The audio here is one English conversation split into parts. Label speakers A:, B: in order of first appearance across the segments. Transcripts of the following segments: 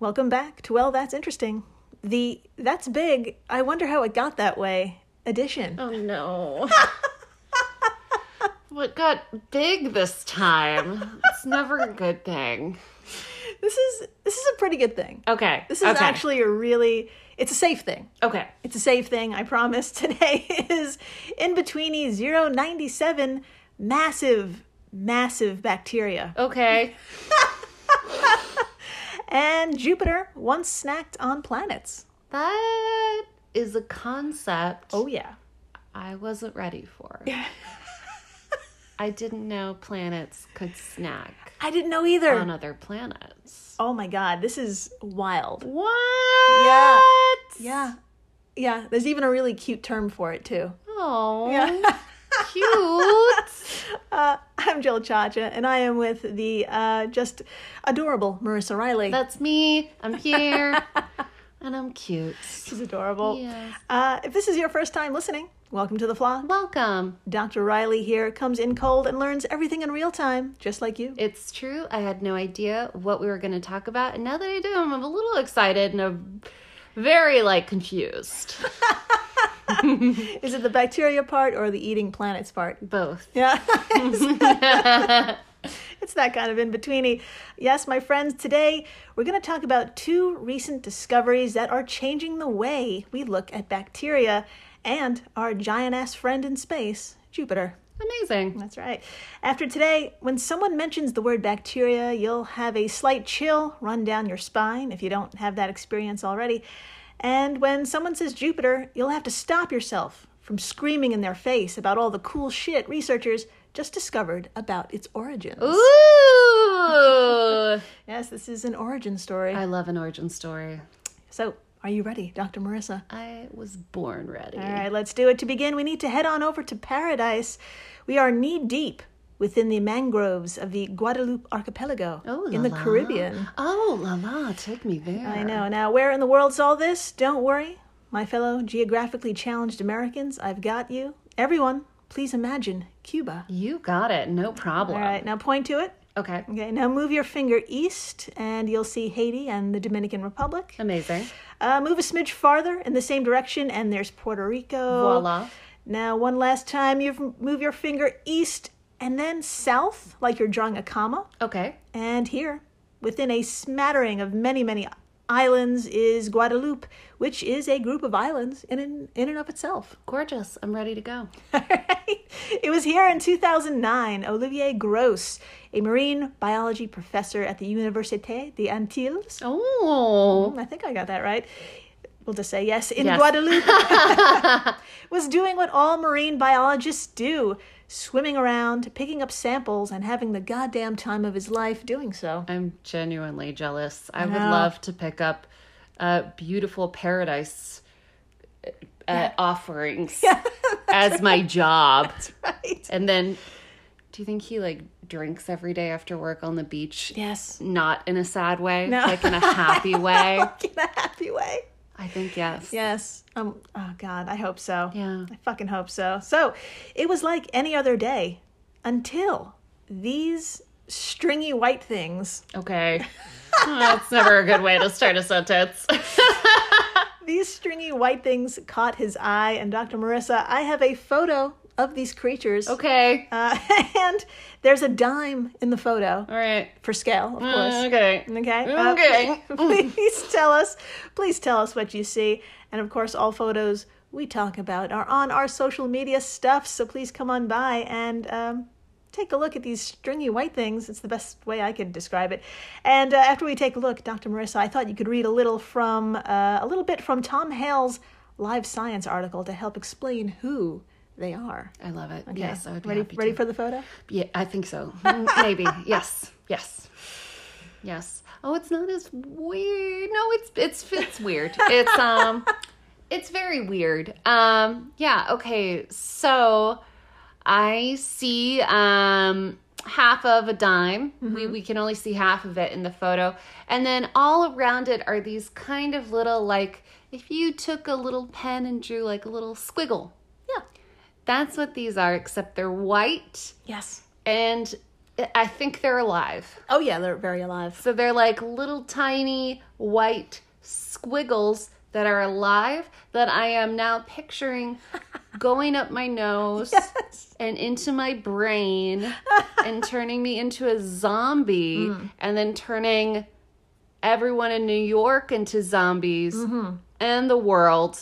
A: Welcome back to Well, That's Interesting. The That's Big, I Wonder How It Got That Way edition.
B: Oh no. what got big this time? It's never a good thing.
A: This is this is a pretty good thing.
B: Okay.
A: This is
B: Oh, okay.
A: actually a really it's a safe thing.
B: Okay.
A: It's a safe thing, I promise. Today is in betweeny 097 massive massive bacteria.
B: Okay.
A: And Jupiter once snacked on planets.
B: That is a concept
A: Oh yeah.
B: I wasn't ready for. I didn't know planets could snack
A: I didn't know either.
B: on other planets.
A: Oh my god, this is wild.
B: What?
A: Yeah. Yeah. Yeah, there's even a really cute term for it too.
B: Oh,
A: Yeah.
B: cute.
A: Uh, I'm Jill Chacha, and I am with the uh, just adorable Marissa Riley.
B: That's me. I'm here. and I'm cute.
A: She's adorable.
B: Yes.
A: Uh, if this is your first time listening, welcome to the Flaw.
B: Welcome.
A: Dr. Riley here comes in cold and learns everything in real time, just like you.
B: It's true. I had no idea what we were going to talk about. And now that I do, I'm a little excited and I'm very, like, confused.
A: Is it the bacteria part or the eating planets part?
B: Both.
A: Yeah. it's that kind of in betweeny. Yes, my friends, today we're going to talk about two recent discoveries that are changing the way we look at bacteria and our giant ass friend in space, Jupiter.
B: Amazing.
A: That's right. After today, when someone mentions the word bacteria, you'll have a slight chill run down your spine if you don't have that experience already. And when someone says Jupiter, you'll have to stop yourself from screaming in their face about all the cool shit researchers just discovered about its origins.
B: Ooh.
A: Yes, this is an origin story.
B: I love an origin story.
A: so, are you ready, Dr. Marissa?
B: I was born ready.
A: All right, let's do it. To begin, we need to head on over to paradise. We are knee deep within the mangroves of the Guadeloupe archipelago
B: Oh, la
A: in the
B: la.
A: Caribbean.
B: Oh, la la, take me there.
A: I know. Now, where in the world's all this? Don't worry, my fellow geographically challenged Americans, I've got you. Everyone, please imagine Cuba.
B: You got it. No problem.
A: All right, now point to it.
B: Okay.
A: Okay, now move your finger east and you'll see Haiti and the Dominican Republic.
B: Amazing.
A: Uh, move a smidge farther in the same direction and there's Puerto Rico.
B: Voila.
A: Now, one last time, you move your finger east and then south, like you're drawing a comma.
B: Okay.
A: And here, within a smattering of many, many islands, is Guadeloupe, which is a group of islands in and, in and of itself.
B: Gorgeous. I'm ready to go.
A: it was here in 2009, Olivier Gross, a marine biology professor at the Université des Antilles,
B: Oh.
A: I think I got that right. We'll just say yes. In
B: Yes.
A: Guadeloupe, was doing what all marine biologists do swimming around, picking up samples, and having the goddamn time of his life doing so.
B: I'm genuinely jealous. I would
A: know.
B: love to pick up uh, beautiful paradise uh, offerings as my job.
A: Right.
B: And then, do you think he like drinks every day after work on the beach?
A: Yes.
B: Not in a sad way, like in a happy way.
A: In a happy way.
B: I think yes.
A: Yes. Um, oh, God. I hope so.
B: Yeah.
A: I fucking hope so. So it was like any other day until these stringy white things
B: Okay. Oh, that's never a good way to start a sentence.
A: These stringy white things caught his eye, and Dr. Marissa, I have a photo of these creatures.
B: okay.
A: Uh, and there's a dime in the photo
B: All right.
A: for scale, of course.
B: Uh, okay.
A: Okay. Uh,
B: Okay.
A: please tell us. Please tell us what you see. And of course, all photos we talk about are on our social media stuff. So please come on by and um, take a look at these stringy white things. It's the best way I could describe it. And uh, after we take a look, Dr. Marissa, I thought you could read a little from uh, a little bit from Tom Hale's Live Science article to help explain who they are.
B: I love it. Yes, I would be
A: ready,
B: happy
A: ready
B: to.
A: for the photo?
B: Yeah, I think so. Mm, Maybe. yes. Yes. Yes. Oh, it's not as weird. No, it's it's it's weird. It's um it's very weird. Um yeah, okay. So I see um half of a dime. We we can only see half of it in the photo. And then all around it are these kind of little like if you took a little pen and drew like a little squiggle.
A: Yeah.
B: That's what these are except they're white
A: Yes.
B: and I think they're alive.
A: Oh yeah, they're very alive.
B: So they're like little tiny white squiggles that are alive that I am now picturing going up my nose
A: Yes.
B: and into my brain and turning me into a zombie and then turning everyone in New York into zombies and the world.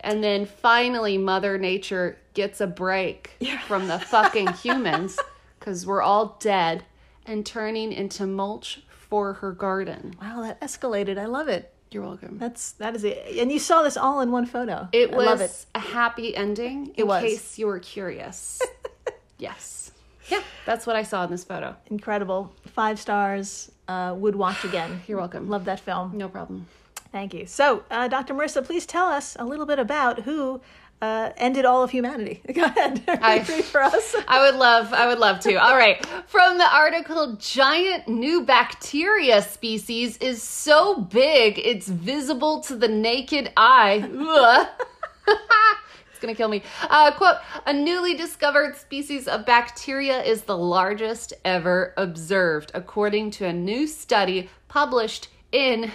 B: And then finally, Mother Nature gets a break from the fucking humans because we're all dead and turning into mulch for her garden.
A: Wow, that escalated. I love it.
B: You're welcome.
A: That's that is it. And you saw this all in one photo.
B: It
A: I love
B: was
A: it.
B: a happy ending in
A: was.
B: case you were curious. yes. Yeah, that's what I saw in this photo.
A: Incredible. Five stars. Uh, would watch again.
B: You're welcome.
A: Love that film.
B: No problem.
A: Thank you. So, uh, Dr. Marissa, please tell us a little bit about who uh, ended all of humanity. Go ahead.
B: I-
A: Read for us.
B: I would love, I would love to. All right. From the article, giant new bacteria species is so big it's visible to the naked eye. Ugh. it's gonna kill me. Uh, quote, a newly discovered species of bacteria is the largest ever observed, according to a new study published in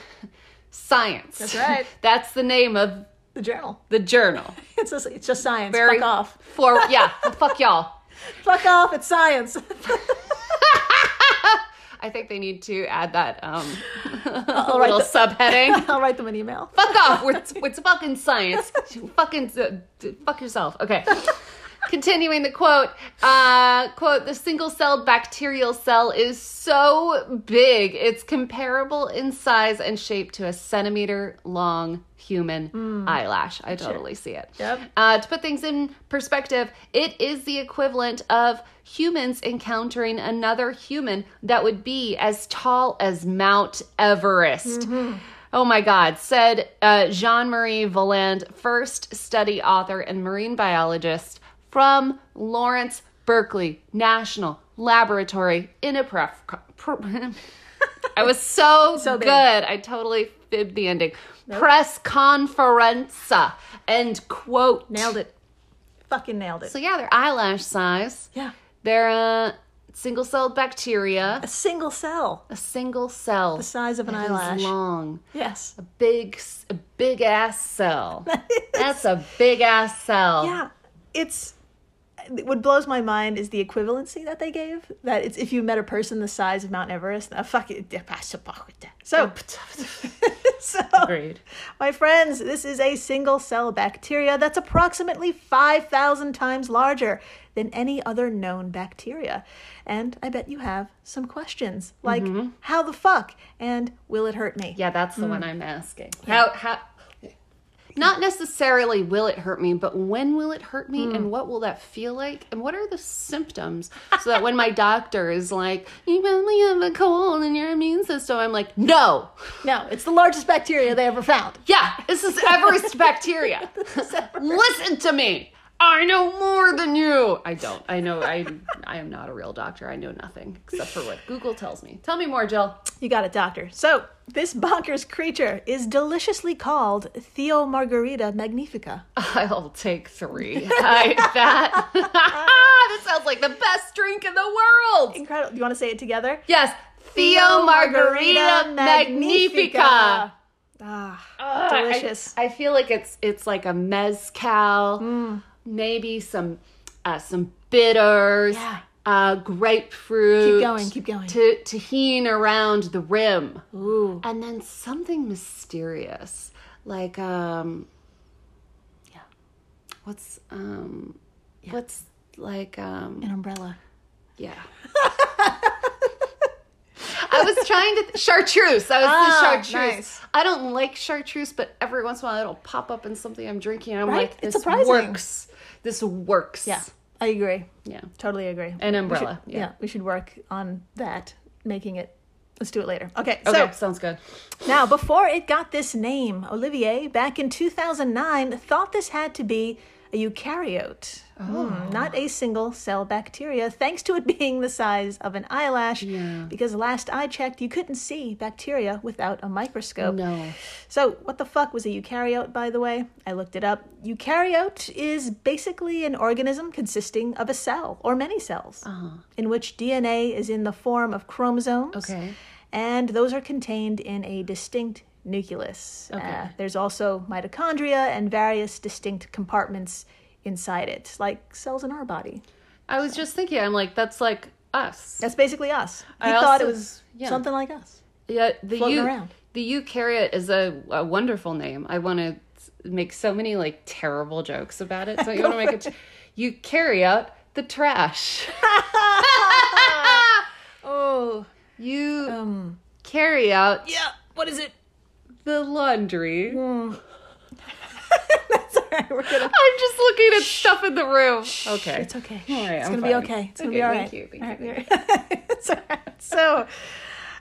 B: Science. That's
A: right.
B: That's the name of
A: The journal.
B: the journal.
A: It's just, it's just science.
B: Very-
A: Fuck off.
B: For yeah, fuck y'all.
A: Fuck off. It's science.
B: I think they need to add that um,
A: I'll write,
B: little
A: the,
B: subheading.
A: I'll write them an email.
B: Fuck off! We're, it's fucking science. fucking uh, d- fuck yourself. Okay. Continuing the quote, uh, quote, the single celled bacterial cell is so big, it's comparable in size and shape to a centimeter long human eyelash. I totally see it.
A: Yep.
B: Uh, to put things in perspective, it is the equivalent of humans encountering another human that would be as tall as Mount Everest. Oh my God, said uh, Jean Marie Voland, first study author and marine biologist from Lawrence Berkeley National Laboratory in a pref. pre- I was so,
A: big.
B: good. I totally fibbed the ending. Press conferenza. End quote.
A: Nailed it. Fucking nailed it.
B: So yeah, they're eyelash size.
A: yeah.
B: They're uh, single-celled bacteria.
A: A single cell,
B: A single cell.
A: the size of an eyelash.
B: Is long.
A: Yes.
B: Big, s- a big ass cell. That's a big ass cell.
A: Yeah. It's what blows my mind is the equivalency that they gave. That it's if you met a person the size of Mount Everest, uh, fuck it. So, so
B: Agreed.
A: My friends, this is a single cell bacteria that's approximately 5,000 times larger than any other known bacteria. And I bet you have some questions like how the fuck and will it hurt me?
B: Mm-hmm. Yeah, that's the one I'm asking. How how not necessarily will it hurt me, but when will it hurt me and what will that feel like? And what are the symptoms? so that when my doctor is like, You probably have a cold and your immune system, I'm like, No.
A: No, it's the largest bacteria they ever found.
B: Yeah, this is Everest bacteria. Listen to me. I know more than you. I don't. I know I I am not a real doctor. I know nothing except for what Google tells me. Tell me more, Jill.
A: You got it, doctor. So, this bonkers creature is deliciously called Theomargarita magnifica.
B: I'll take three. I, that that sounds like the best drink in the world.
A: Incredible. You want to say it together?
B: Yes, Theo Margarita Magnifica.
A: Ah,
B: Ah, I-
A: delicious.
B: I, feel like it's it's like a mezcal,
A: Mm.
B: maybe some uh, some bitters,
A: Yeah.
B: uh, grapefruit.
A: Keep going, keep going.
B: To tahine around the rim,
A: Ooh.
B: and then something mysterious like um, yeah, what's um, what's like um,
A: An umbrella.
B: yeah. I was trying to chartreuse. I was
A: Ah,
B: the chartreuse.
A: nice.
B: I don't like chartreuse, but every once in a while it'll pop up in something I'm drinking. And I'm
A: Right?
B: like,
A: It's
B: this
A: surprising.
B: works. This works.
A: Yeah, I agree.
B: Yeah.
A: Totally agree.
B: An
A: We should-
B: umbrella.
A: yeah.
B: yeah.
A: we should work on that, making it. Let's do it later. Okay,
B: Okay.
A: so
B: sounds good.
A: now before it got this name, Olivier, back in 2009, thought this had to be a eukaryote,
B: Oh.
A: Hmm, not a single cell bacteria, thanks to it being the size of an eyelash.
B: Yeah.
A: Because last I checked, you couldn't see bacteria without a microscope.
B: No.
A: So, what the fuck was a eukaryote, by the way? I looked it up. Eukaryote is basically an organism consisting of a cell or many cells in which DNA is in the form of chromosomes.
B: Uh-huh. Okay.
A: And those are contained in a distinct nucleus. Uh,
B: Okay.
A: there's also mitochondria and various distinct compartments inside it, like cells in our body.
B: I was just thinking, I'm like, that's like us.
A: That's basically us. He
B: I
A: thought
B: also-
A: it was
B: yeah.
A: something like us.
B: Yeah, the
A: floating
B: eu-
A: around.
B: The eukaryote is a, a wonderful name. I want to make so many like terrible jokes about it. So you want to make a t- eukaryote the trash. oh, you
A: Um,
B: carry out Mm.
A: Yeah. What is it?
B: the laundry.
A: That's all right. We're gonna.
B: I'm just looking at stuff in the room. Okay.
A: It's okay.
B: All right,
A: it's
B: I'm
A: gonna be
B: fine.
A: okay. It's gonna
B: Okay,
A: be all right.
B: thank you, thank you,
A: All right, it's all right. So,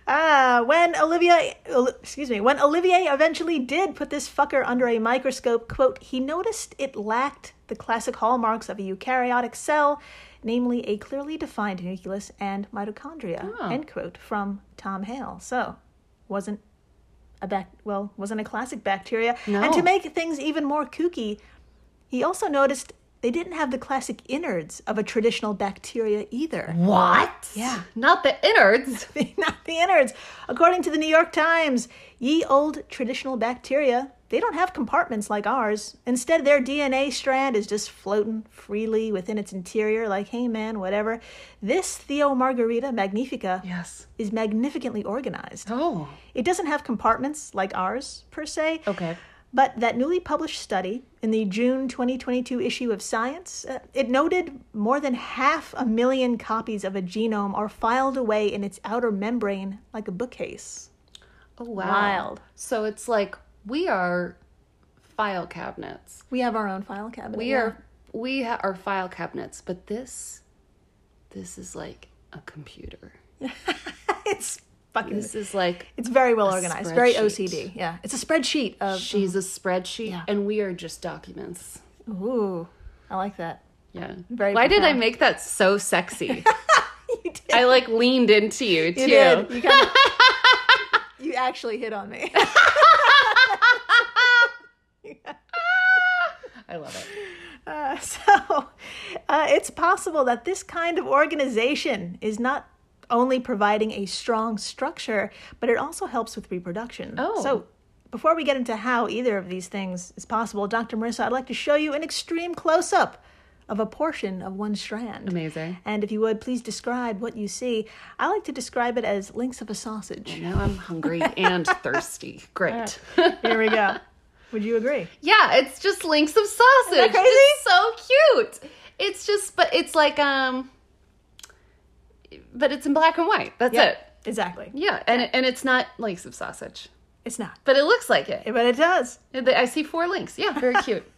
A: uh, when Olivia, Oli- excuse me, when Olivier eventually did put this fucker under a microscope, quote, he noticed it lacked the classic hallmarks of a eukaryotic cell, namely a clearly defined nucleus and mitochondria.
B: Oh.
A: End quote from Tom Hale. So, wasn't a bac- well wasn't a classic bacteria and
B: No.
A: to make things even more kooky he also noticed they didn't have the classic innards of a traditional bacteria
B: Mm-hmm.
A: either
B: What?
A: Yeah.
B: Not the innards.
A: not the innards according to the new york times ye old traditional bacteria they don't have compartments like ours instead their dna strand is just floating freely within its interior like hey man whatever this theomargarita magnifica
B: Yes.
A: is magnificently organized
B: Oh.
A: it doesn't have compartments like ours per se
B: Okay.
A: But that newly published study in the June 2022 issue of Science, uh, it noted more than half a million copies of a genome are filed away in its outer membrane like a bookcase.
B: Oh wow.
A: Wild.
B: So it's like we are file cabinets.
A: We have our own file cabinet.
B: We
A: yeah.
B: are we ha- are file cabinets, but this this is like a computer.
A: it's fucking
B: This is like
A: it's very well organized, very OCD.
B: spreadsheet.
A: Yeah. It's a spreadsheet of
B: she's a spreadsheet,
A: Um, Yeah.
B: and we are just documents.
A: ooh, I like that.
B: Yeah.
A: Very
B: Why did I
A: profound.
B: make that so sexy?
A: You did.
B: I like leaned into you too.
A: you did. You, kind of, you actually hit on me.
B: I love it.
A: Uh, so uh, it's possible that this kind of organization is not only providing a strong structure, but it also helps with reproduction.
B: Oh.
A: So before we get into how either of these things is possible, Dr. Marissa, I'd like to show you an extreme close up of a portion of one strand.
B: Amazing.
A: And if you would, please describe what you see. I like to describe it as links of a sausage.
B: Now I'm hungry and thirsty. Great.
A: Here we go. Would you agree?
B: Yeah, it's just links of sausage.
A: crazy?
B: It's so cute. It's just but it's like um but it's in black and white. That's it.
A: Exactly.
B: Yeah, and and it's not links of sausage,
A: It's not.
B: but it looks like it.
A: But it does.
B: I see four links. Yeah, very cute.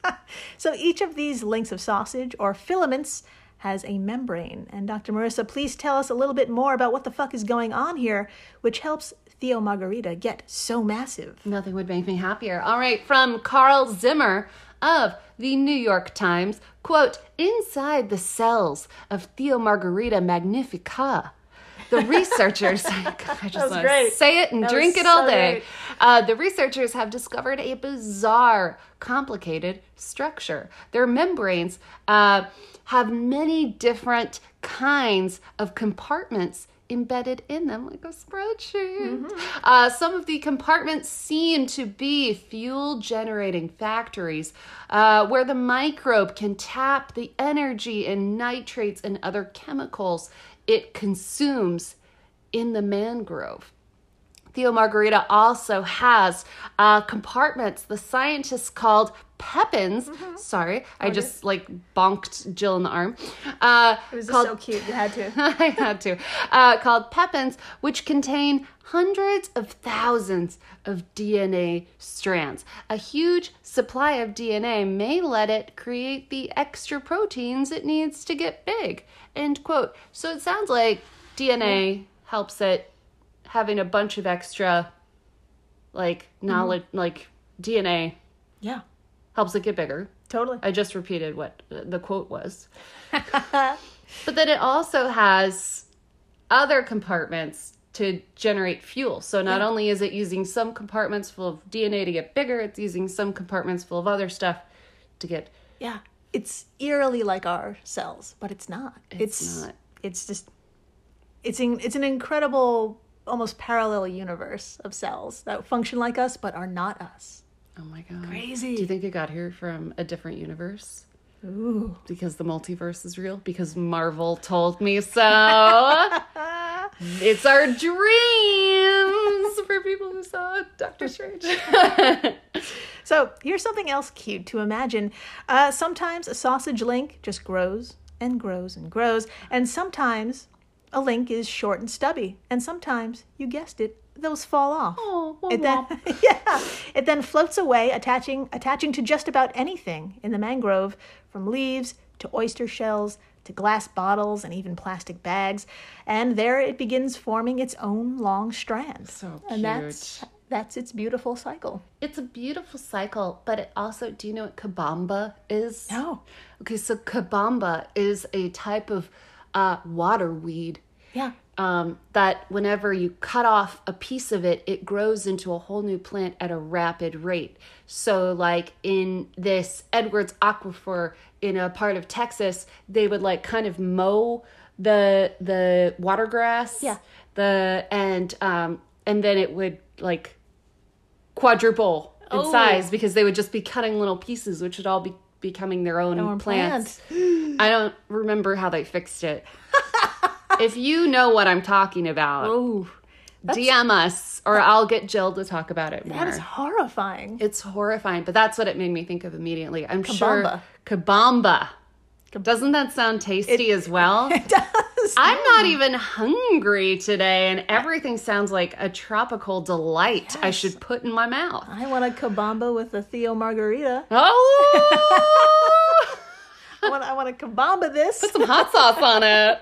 A: So each of these links of sausage or filaments has a membrane. And Dr. Marissa, please tell us a little bit more about what the fuck is going on here, which helps Theo Margarita get so massive.
B: Nothing would make me happier. All right, from Carl Zimmer of the New York Times, quote, inside the cells of Theomargarita magnifica, the researchers, I just want to
A: great.
B: say it and drink
A: was
B: it all
A: so
B: day.
A: great.
B: Uh, the researchers have discovered a bizarre, complicated structure. Their membranes uh, have many different kinds of compartments embedded in them, like a spreadsheet.
A: Mm-hmm.
B: Uh, some of the compartments seem to be fuel generating factories uh, where the microbe can tap the energy and nitrates and other chemicals it consumes in the mangrove. Theo Margarita also has uh, compartments the scientists called pepins. Sorry, I just like bonked Jill in the arm. Uh,
A: This
B: called,
A: is so cute. You had to.
B: I had to. Uh, called pepins, which contain hundreds of thousands of DNA strands. A huge supply of DNA may let it create the extra proteins it needs to get big. End quote. So it sounds like DNA helps it having a bunch of extra, like knowledge, like DNA
A: Yeah,
B: helps it get bigger.
A: Totally.
B: I just repeated what the quote was. but then it also has other compartments to generate fuel. So not only is it using some compartments full of DNA to get bigger, it's using some compartments full of other stuff to get
A: Yeah. It's eerily like our cells, but it's not. It's
B: not.
A: it's just it's in, it's an incredible almost parallel universe of cells that function like us but are not us.
B: Oh my god.
A: Crazy.
B: Do you think it got here from a different universe?
A: Ooh.
B: Because the multiverse is real? Because Marvel told me so. it's our dreams for people who saw Doctor Strange.
A: So here's something else cute to imagine. Uh, sometimes a sausage link just grows and grows and grows, and sometimes a link is short and stubby, and sometimes, you guessed it, those fall off.
B: oh, womp
A: It then,
B: womp.
A: yeah, it then floats away, attaching attaching to just about anything in the mangrove, from leaves to oyster shells to glass bottles and even plastic bags, and there it begins forming its own long strand.
B: So
A: and
B: cute.
A: that's that's its beautiful cycle.
B: It's a beautiful cycle, but it also, do you know what kabamba is?
A: No.
B: Okay, so kabamba is a type of uh, water weed
A: Yeah.
B: um, that whenever you cut off a piece of it, it grows into a whole new plant at a rapid rate. So, like in this Edwards aquifer in a part of Texas, they would like kind of mow the the water grass,
A: Yeah.
B: the and um, and then it would like quadruple in
A: Oh.
B: size because they would just be cutting little pieces, which would all be becoming their own,
A: own
B: plants. I don't remember how they fixed it. if you know what I'm talking about,
A: Oh,
B: DM us or I'll get Jill to talk about it more.
A: that is horrifying.
B: it's horrifying, but that's what it made me think of immediately. I'm
A: Kabamba.
B: sure kabamba. Doesn't that sound tasty as well?
A: It does.
B: I'm not even hungry today, and everything sounds like a tropical delight I should put in my mouth.
A: I want a kabamba with a Theo margarita.
B: Oh!
A: I want, I want a kabamba this.
B: some hot sauce on it.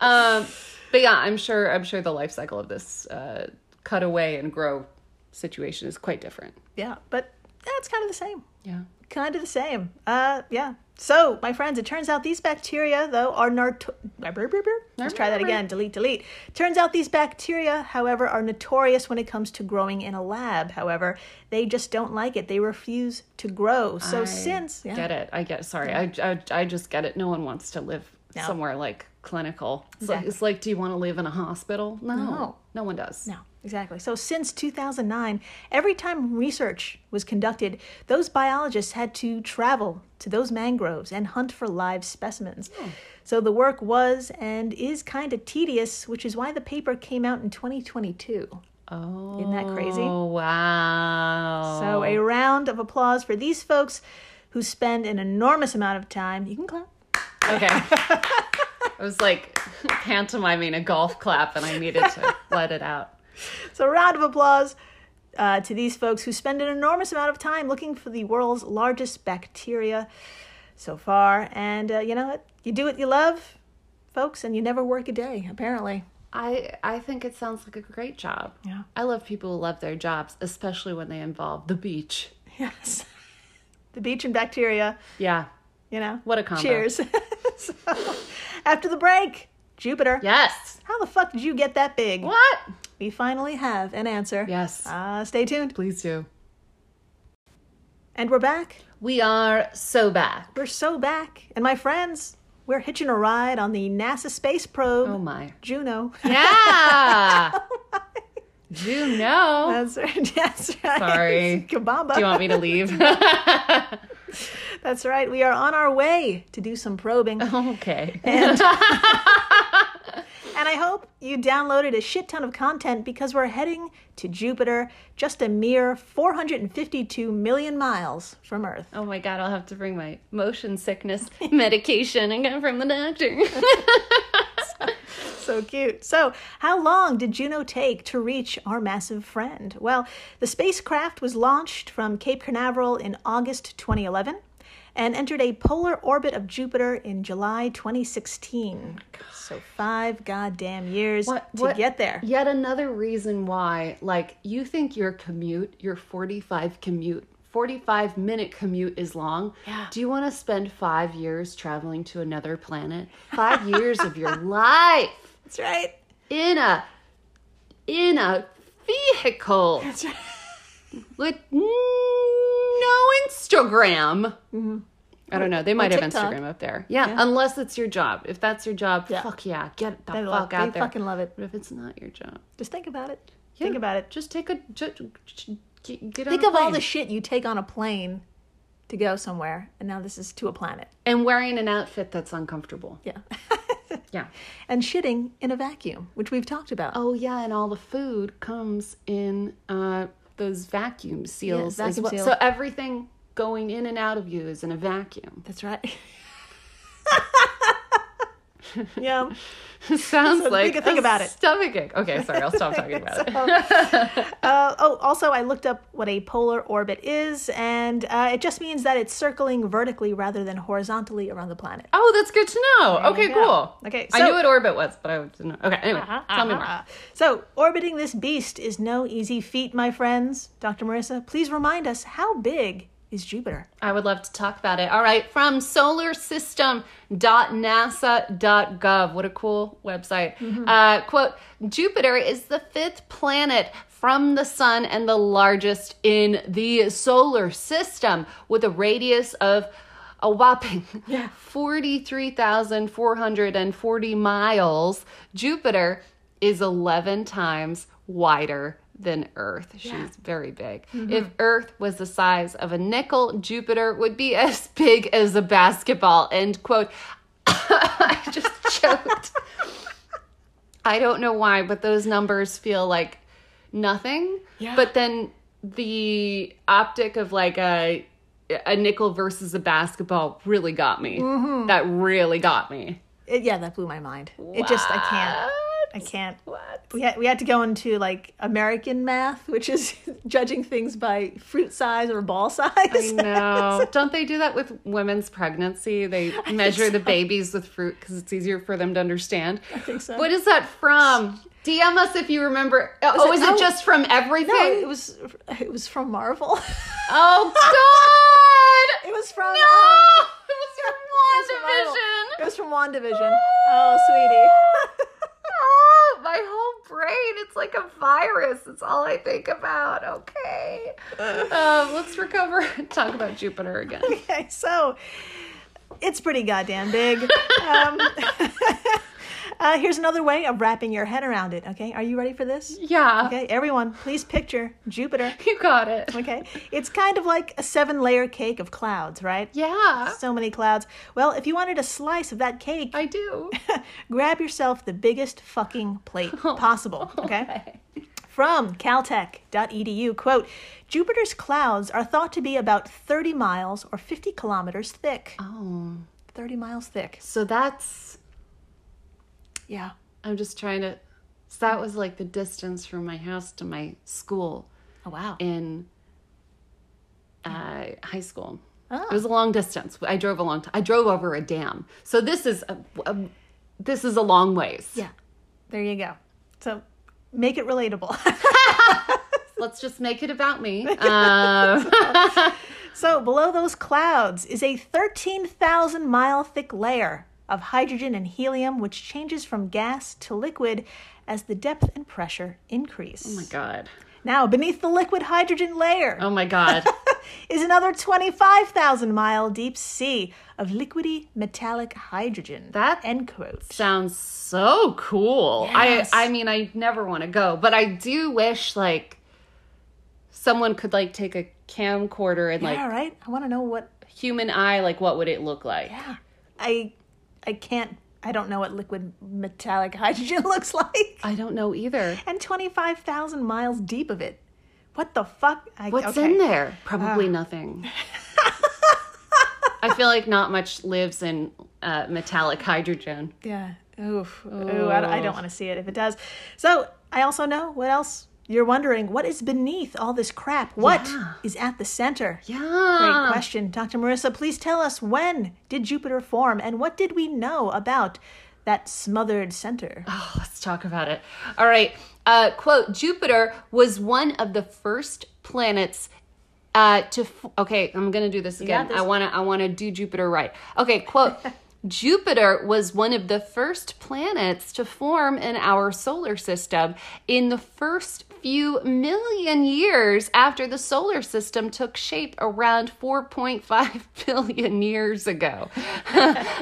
B: um, but yeah, I'm sure. I'm sure the life cycle of this uh, cut away and grow situation is quite different.
A: Yeah, but that's kind of the same.
B: Yeah.
A: Kind of the same. Uh, yeah. So, my friends, it turns out these bacteria, though, are nart. Let's try that again. Delete, delete. Turns out these bacteria, however, are notorious when it comes to growing in a lab. However, they just don't like it. They refuse to grow. So, since yeah,
B: Get it? I get. Sorry, I, I I just get it. No one wants to live somewhere like clinical. It's, like, it's like, do you want to live in a hospital? No.
A: No.
B: No, one does.
A: No, exactly. So since 2009, every time research was conducted, those biologists had to travel to those mangroves and hunt for live specimens. So the work was and is kind of tedious, which is why the paper came out in 2022.
B: Oh.
A: Isn't that crazy?
B: wow.
A: So a round of applause for these folks who spend an enormous amount of time. You can clap.
B: Okay. I was like pantomiming a golf clap, and I needed to let it out.
A: So, a round of applause uh, to these folks who spend an enormous amount of time looking for the world's largest bacteria so far. And uh, you know what? You do what you love, folks, and you never work a day, apparently.
B: I I think it sounds like a great job.
A: Yeah.
B: I love people who love their jobs, especially when they involve the beach.
A: Yes. the beach and bacteria,
B: Yeah.
A: you know.
B: What a combo.
A: Cheers. so, after the break, Jupiter.
B: Yes.
A: How the fuck did you get that big?
B: What?
A: We finally have an answer.
B: Yes.
A: Uh, stay tuned.
B: Please do.
A: And we're back.
B: We are so back.
A: We're so back. And my friends, we're hitching a ride on the NASA space probe.
B: Oh my.
A: Juno.
B: Yeah. you know.
A: That's right. That's right.
B: Sorry.
A: Kabamba.
B: Do you want me to leave?
A: That's right. We are on our way to do some probing.
B: Oh.
A: and
B: okay.
A: I hope you downloaded a shit ton of content because we're heading to Jupiter, just a mere 452 million miles from Earth.
B: Oh my god, I'll have to bring my motion sickness medication I got from the doctor.
A: So cute. So, how long did Juno take to reach our massive friend? Well, the spacecraft was launched from Cape Canaveral in August 2011 and entered a polar orbit of Jupiter in July 2016. So, five goddamn years
B: What-
A: to
B: what-
A: get there.
B: Yet another reason why, like, you think your commute, your 45 commute, 45 minute commute is long.
A: Yeah.
B: Do you want to spend five years traveling to another planet? Five years of your life
A: That's right.
B: in a in a vehicle
A: That's right.
B: with no Instagram. I don't know. They might have
A: Mm-hmm. TikTok.
B: Instagram up there. Yeah, unless it's your job. If that's your job,
A: Yeah.
B: fuck yeah, get the
A: They,
B: fuck
A: love,
B: out
A: they
B: there.
A: fucking love it.
B: but if it's not your job,
A: Just think about it.
B: Yeah.
A: Think about it.
B: just take a just, get, get on
A: Think
B: a
A: of all
B: plane.
A: the shit you take on a plane to go somewhere, and now this is to a planet.
B: and wearing an outfit that's uncomfortable.
A: Yeah.
B: Yeah.
A: and shitting in a vacuum, which we've talked about.
B: Oh yeah, and all the food comes in uh, those vacuum seals as
A: vacuum
B: well.
A: seal.
B: So everything going in and out of you is in a vacuum.
A: That's right. yeah.
B: Sounds
A: So
B: like
A: think- think
B: a
A: about it.
B: Stomach ache. Okay, sorry, I'll stop talking about it.
A: Uh, oh, also, I looked up what a polar orbit is, and uh, it just means that it's circling vertically rather than horizontally around the planet.
B: Oh, that's good to know. okay,
A: go.
B: cool.
A: Okay,
B: I
A: so-
B: knew what orbit was, but I didn't know. Okay, anyway, tell me more.
A: Uh-huh. So, orbiting this beast is no easy feat, my friends. Dr. Marissa, please remind us how big is Jupiter?
B: I would love to talk about it. All right, from solarsystem.nasa.gov. What a cool website. Uh, quote Jupiter is the fifth planet from the sun and the largest in the solar system with a radius of a whopping 43,440 miles. Jupiter is 11 times wider than Earth. She's very big. If Earth was the size of a nickel, Jupiter would be as big as a basketball. End quote. I just choked. I don't know why, but those numbers feel like nothing.
A: Yeah.
B: But then the optic of like a a nickel versus a basketball really got me.
A: Mm-hmm.
B: That really got me.
A: It, yeah, that blew my mind. It just, I can't. I can't.
B: What?
A: We had, we had to go into like American math, which is judging things by fruit size or ball size.
B: I know. Don't they do that with women's pregnancy? They measure the babies with fruit because it's easier for them to understand. I
A: think so.
B: What is that from? DM us if you remember. Oh,
A: it-
B: is it
A: oh.
B: just from everything?
A: No, it was it was from Marvel.
B: Oh God!
A: it was from
B: Oh, No,
A: um,
B: it was
A: it
B: from
A: was from Marvel.
B: WandaVision.
A: It was from WandaVision. Oh, sweetie.
B: Oh, my whole brain—it's like a virus. It's all I think about. Okay, um, let's recover and talk about Jupiter again.
A: Okay, so it's pretty goddamn big. Um, uh, here's another way of wrapping your head around it. Okay, are you ready for this?
B: Yeah,
A: Okay, everyone, please picture Jupiter.
B: you got it.
A: Okay, it's kind of like a seven layer cake of clouds, right?
B: Yeah,
A: So many clouds. Well, if you wanted a slice of that cake,
B: I do.
A: grab yourself the biggest fucking plate possible. Oh, okay. From caltech.edu, quote, Jupiter's clouds are thought to be about 30 miles or 50 kilometers thick.
B: Oh,
A: 30 miles thick.
B: so that's.
A: Yeah.
B: I'm just trying to. So that was like the distance from my house to my school
A: Oh, wow.
B: in uh, high school.
A: Ah.
B: It was a long distance. I drove a long. T- I drove over a dam. So this is a, a- this is a long ways.
A: Yeah. There you go. So make it relatable.
B: Let's just make it about me. Um,
A: so below those clouds is a 13,000 mile thick layer of hydrogen and helium, which changes from gas to liquid as the depth and pressure increase.
B: oh my god.
A: Now, beneath the liquid hydrogen layer
B: Oh my god.
A: is another 25,000 mile deep sea of liquidy metallic hydrogen.
B: That-
A: end quote.
B: Sounds so cool.
A: Yes.
B: I I mean I never want to go, but I do wish like someone could like take a camcorder and like
A: All right, I want to know what.
B: human eye like what would it look like?
A: Yeah, I, I can't. I don't know what liquid metallic hydrogen looks like.
B: I don't know either.
A: And 25,000 miles deep of it. What the fuck? I,
B: What's
A: okay.
B: in there? Ah. Probably nothing. I feel like not much lives in uh, metallic hydrogen.
A: Yeah. Oof. Ooh, I, don't- I don't want to see it if it does. So I also know what else you're wondering. What is beneath all this crap? What is at the center?
B: Yeah. Ah.
A: Great question. Dr. Marissa, please tell us when did Jupiter form and what did we know about that smothered center?
B: Oh, let's talk about it. All right. Uh, quote Jupiter was one of the first planets Uh, to f- okay, I'm gonna do this
A: got
B: again.
A: this.
B: I wanna I wanna do Jupiter right. Okay, quote. Jupiter was one of the first planets to form in our solar system in the first few million years after the solar system took shape around 4.5 billion years ago.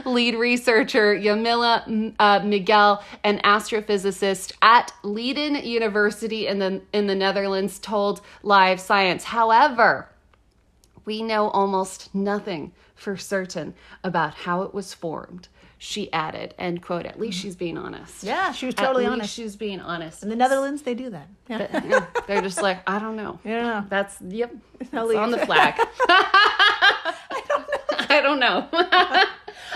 B: Lead researcher Yamila M- uh, Miguel, an astrophysicist at Leiden University in the, in the Netherlands, told Live Science. However, we know almost nothing for certain about how it was formed. She added, end quote. At least she's being honest.
A: Mm-hmm. Yeah, she was totally
B: At least
A: honest.
B: She's being honest.
A: In the Netherlands, they do that. Yeah.
B: Yeah, they're just like, I don't know.
A: I don't know.
B: That's yep. It's
A: leave.
B: on the flag. I don't know.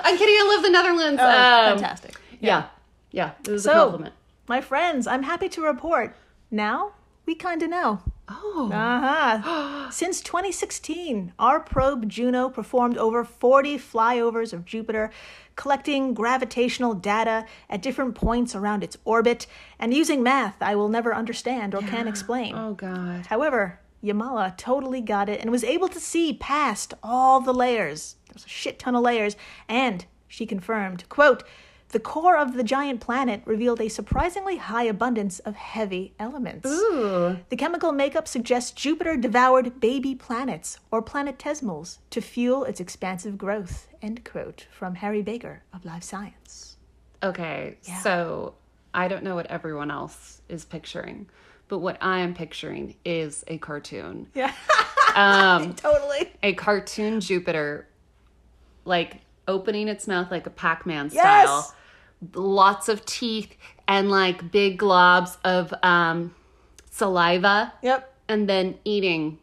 B: I'm kidding. I love the Netherlands.
A: Oh,
B: Um,
A: fantastic.
B: Yeah, yeah. It was a
A: So,
B: compliment.
A: my friends, I'm happy to report now we kind of know.
B: Oh,
A: Uh huh. Since 2016, our probe Juno performed over 40 flyovers of Jupiter, collecting gravitational data at different points around its orbit and using math I will never understand or can explain.
B: oh God.
A: However, Yamala totally got it and was able to see past all the layers. There's a shit ton of layers, and she confirmed, quote, the core of the giant planet revealed a surprisingly high abundance of heavy elements.
B: Ooh.
A: The chemical makeup suggests Jupiter devoured baby planets or planetesimals to fuel its expansive growth. End quote from Harry Baker of Life Science.
B: Okay, so I don't know what everyone else is picturing, but what I am picturing is a cartoon.
A: Yeah,
B: Um,
A: totally.
B: a cartoon Jupiter, like opening its mouth like a Pac Man
A: Yes!
B: style, lots of teeth and like big globs of um, saliva,
A: Yep.
B: and then eating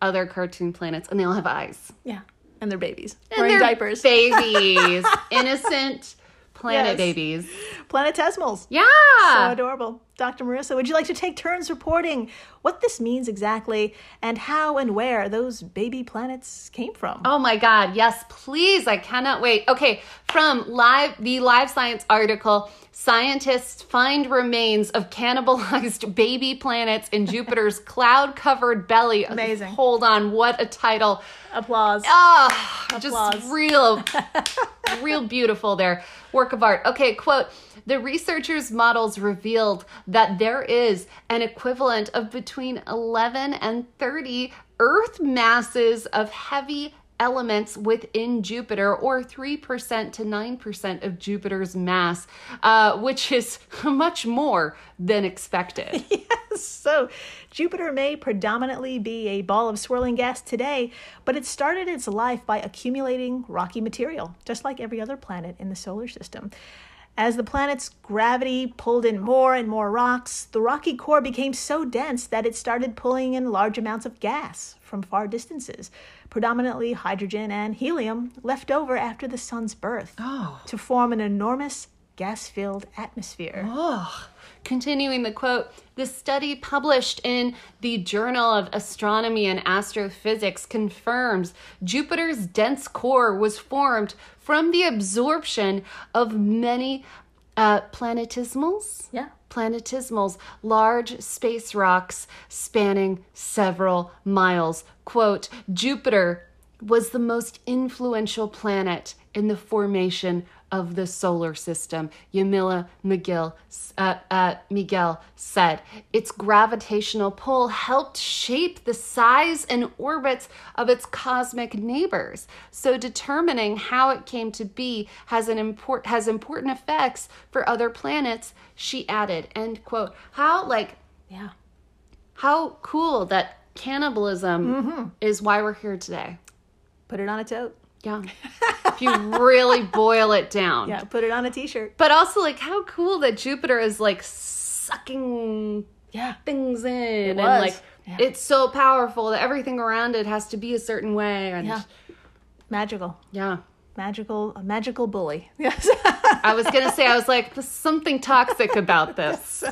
B: other cartoon planets, and they all have eyes.
A: Yeah, and they're babies
B: And
A: wearing
B: they're
A: diapers.
B: babies, innocent planet
A: Yes.
B: babies.
A: planetesimals.
B: Yeah. Ah.
A: So adorable. Dr. Marissa, would you like to take turns reporting what this means exactly and how and where those baby planets came from?
B: Oh my God, yes, please. I cannot wait. Okay, from live the Live Science article, scientists find remains of cannibalized baby planets in Jupiter's cloud covered belly.
A: Amazing.
B: Hold on, what a title.
A: Applause.
B: Ah,
A: Applause.
B: just real, real beautiful there. Work of art. Okay, quote The researchers' models revealed that there is an equivalent of between 11 and 30 Earth masses of heavy elements within Jupiter, or 3% to 9% of Jupiter's mass, uh, which is much more than expected.
A: So, Jupiter may predominantly be a ball of swirling gas today, but it started its life by accumulating rocky material, just like every other planet in the solar system. As the planet's gravity pulled in more and more rocks, the rocky core became so dense that it started pulling in large amounts of gas from far distances, predominantly hydrogen and helium, left over after the sun's birth, to form an enormous gas filled atmosphere.
B: Ugh. Continuing the quote, the study published in the Journal of Astronomy and Astrophysics confirms Jupiter's dense core was formed from the absorption of many uh, planetesimals.
A: Yeah.
B: Planetesimals, large space rocks spanning several miles. Quote Jupiter was the most influential planet in the formation of the solar system, Yamila McGill, uh, uh, Miguel said. Its gravitational pull helped shape the size and orbits of its cosmic neighbors. So determining how it came to be has an import has important effects for other planets, she added. End quote. How like
A: Yeah.
B: how cool that cannibalism is why we're here today.
A: Put it on a tote.
B: Yeah. if you really boil it down.
A: Yeah, put it on a t shirt.
B: But also like how cool that Jupiter is like sucking
A: Yeah.
B: things in and
A: was.
B: like
A: Yeah.
B: it's so powerful that everything around it has to be a certain way and
A: Yeah.
B: yeah.
A: Magical. Magical a magical bully. Yes.
B: I was gonna say I was like there's something toxic about this.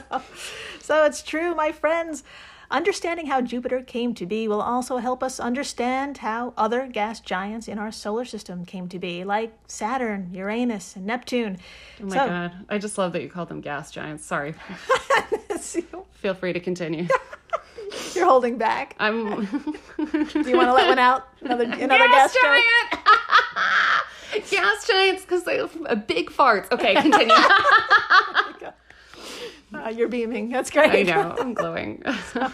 A: so it's true, my friends. Understanding how Jupiter came to be will also help us understand how other gas giants in our solar system came to be, like Saturn, Uranus, and Neptune.
B: Oh my god. I just love that you called them gas giants. Sorry.
A: so,
B: Feel free to continue.
A: you're you're holding back.
B: I'm.
A: Do you want to let one out? Another another
B: gas,
A: gas joke?
B: giant? gas giants because they have a big farts. Okay, continue.
A: Uh, you're beaming. That's great.
B: I know. I'm glowing.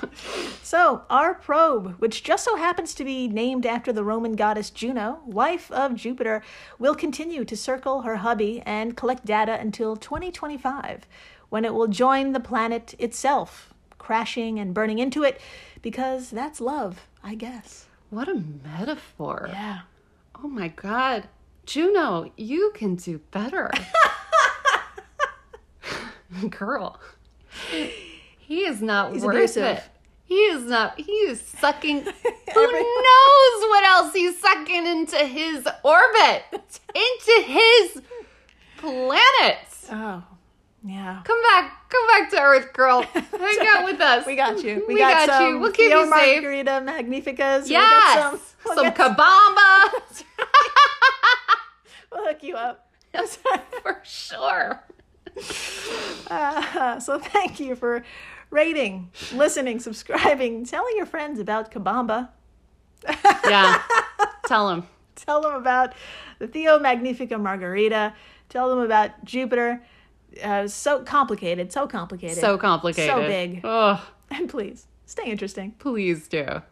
A: So, our probe, which just so happens to be named after the Roman goddess Juno, wife of Jupiter, will continue to circle her hubby and collect data until 2025, when it will join the planet itself, crashing and burning into it, because that's love, I guess.
B: what a metaphor.
A: Yeah.
B: Oh my God. Juno, you can do better. Girl, he is not worth
A: abusive.
B: it. He is not, he is sucking. Who knows what else he's sucking into his orbit, into his planet.
A: Oh, yeah.
B: Come back, come back to Earth, girl. Hang out with us.
A: We got you.
B: We, got, you.
A: some
B: We'll keep
A: Dio
B: you safe.
A: Margarita Magnificas.
B: yes.
A: We'll, get some, we'll
B: some
A: get-
B: kabamba.
A: we'll hook you up.
B: For sure.
A: Uh, so thank you for rating, listening, subscribing, telling your friends about Kabamba.
B: Yeah. Tell him.
A: Tell them about the Theo Magnifica Margarita. Tell them about Jupiter. Uh, so complicated, so complicated.
B: So complicated.
A: So big.
B: Oh,
A: and please, stay interesting.
B: please do.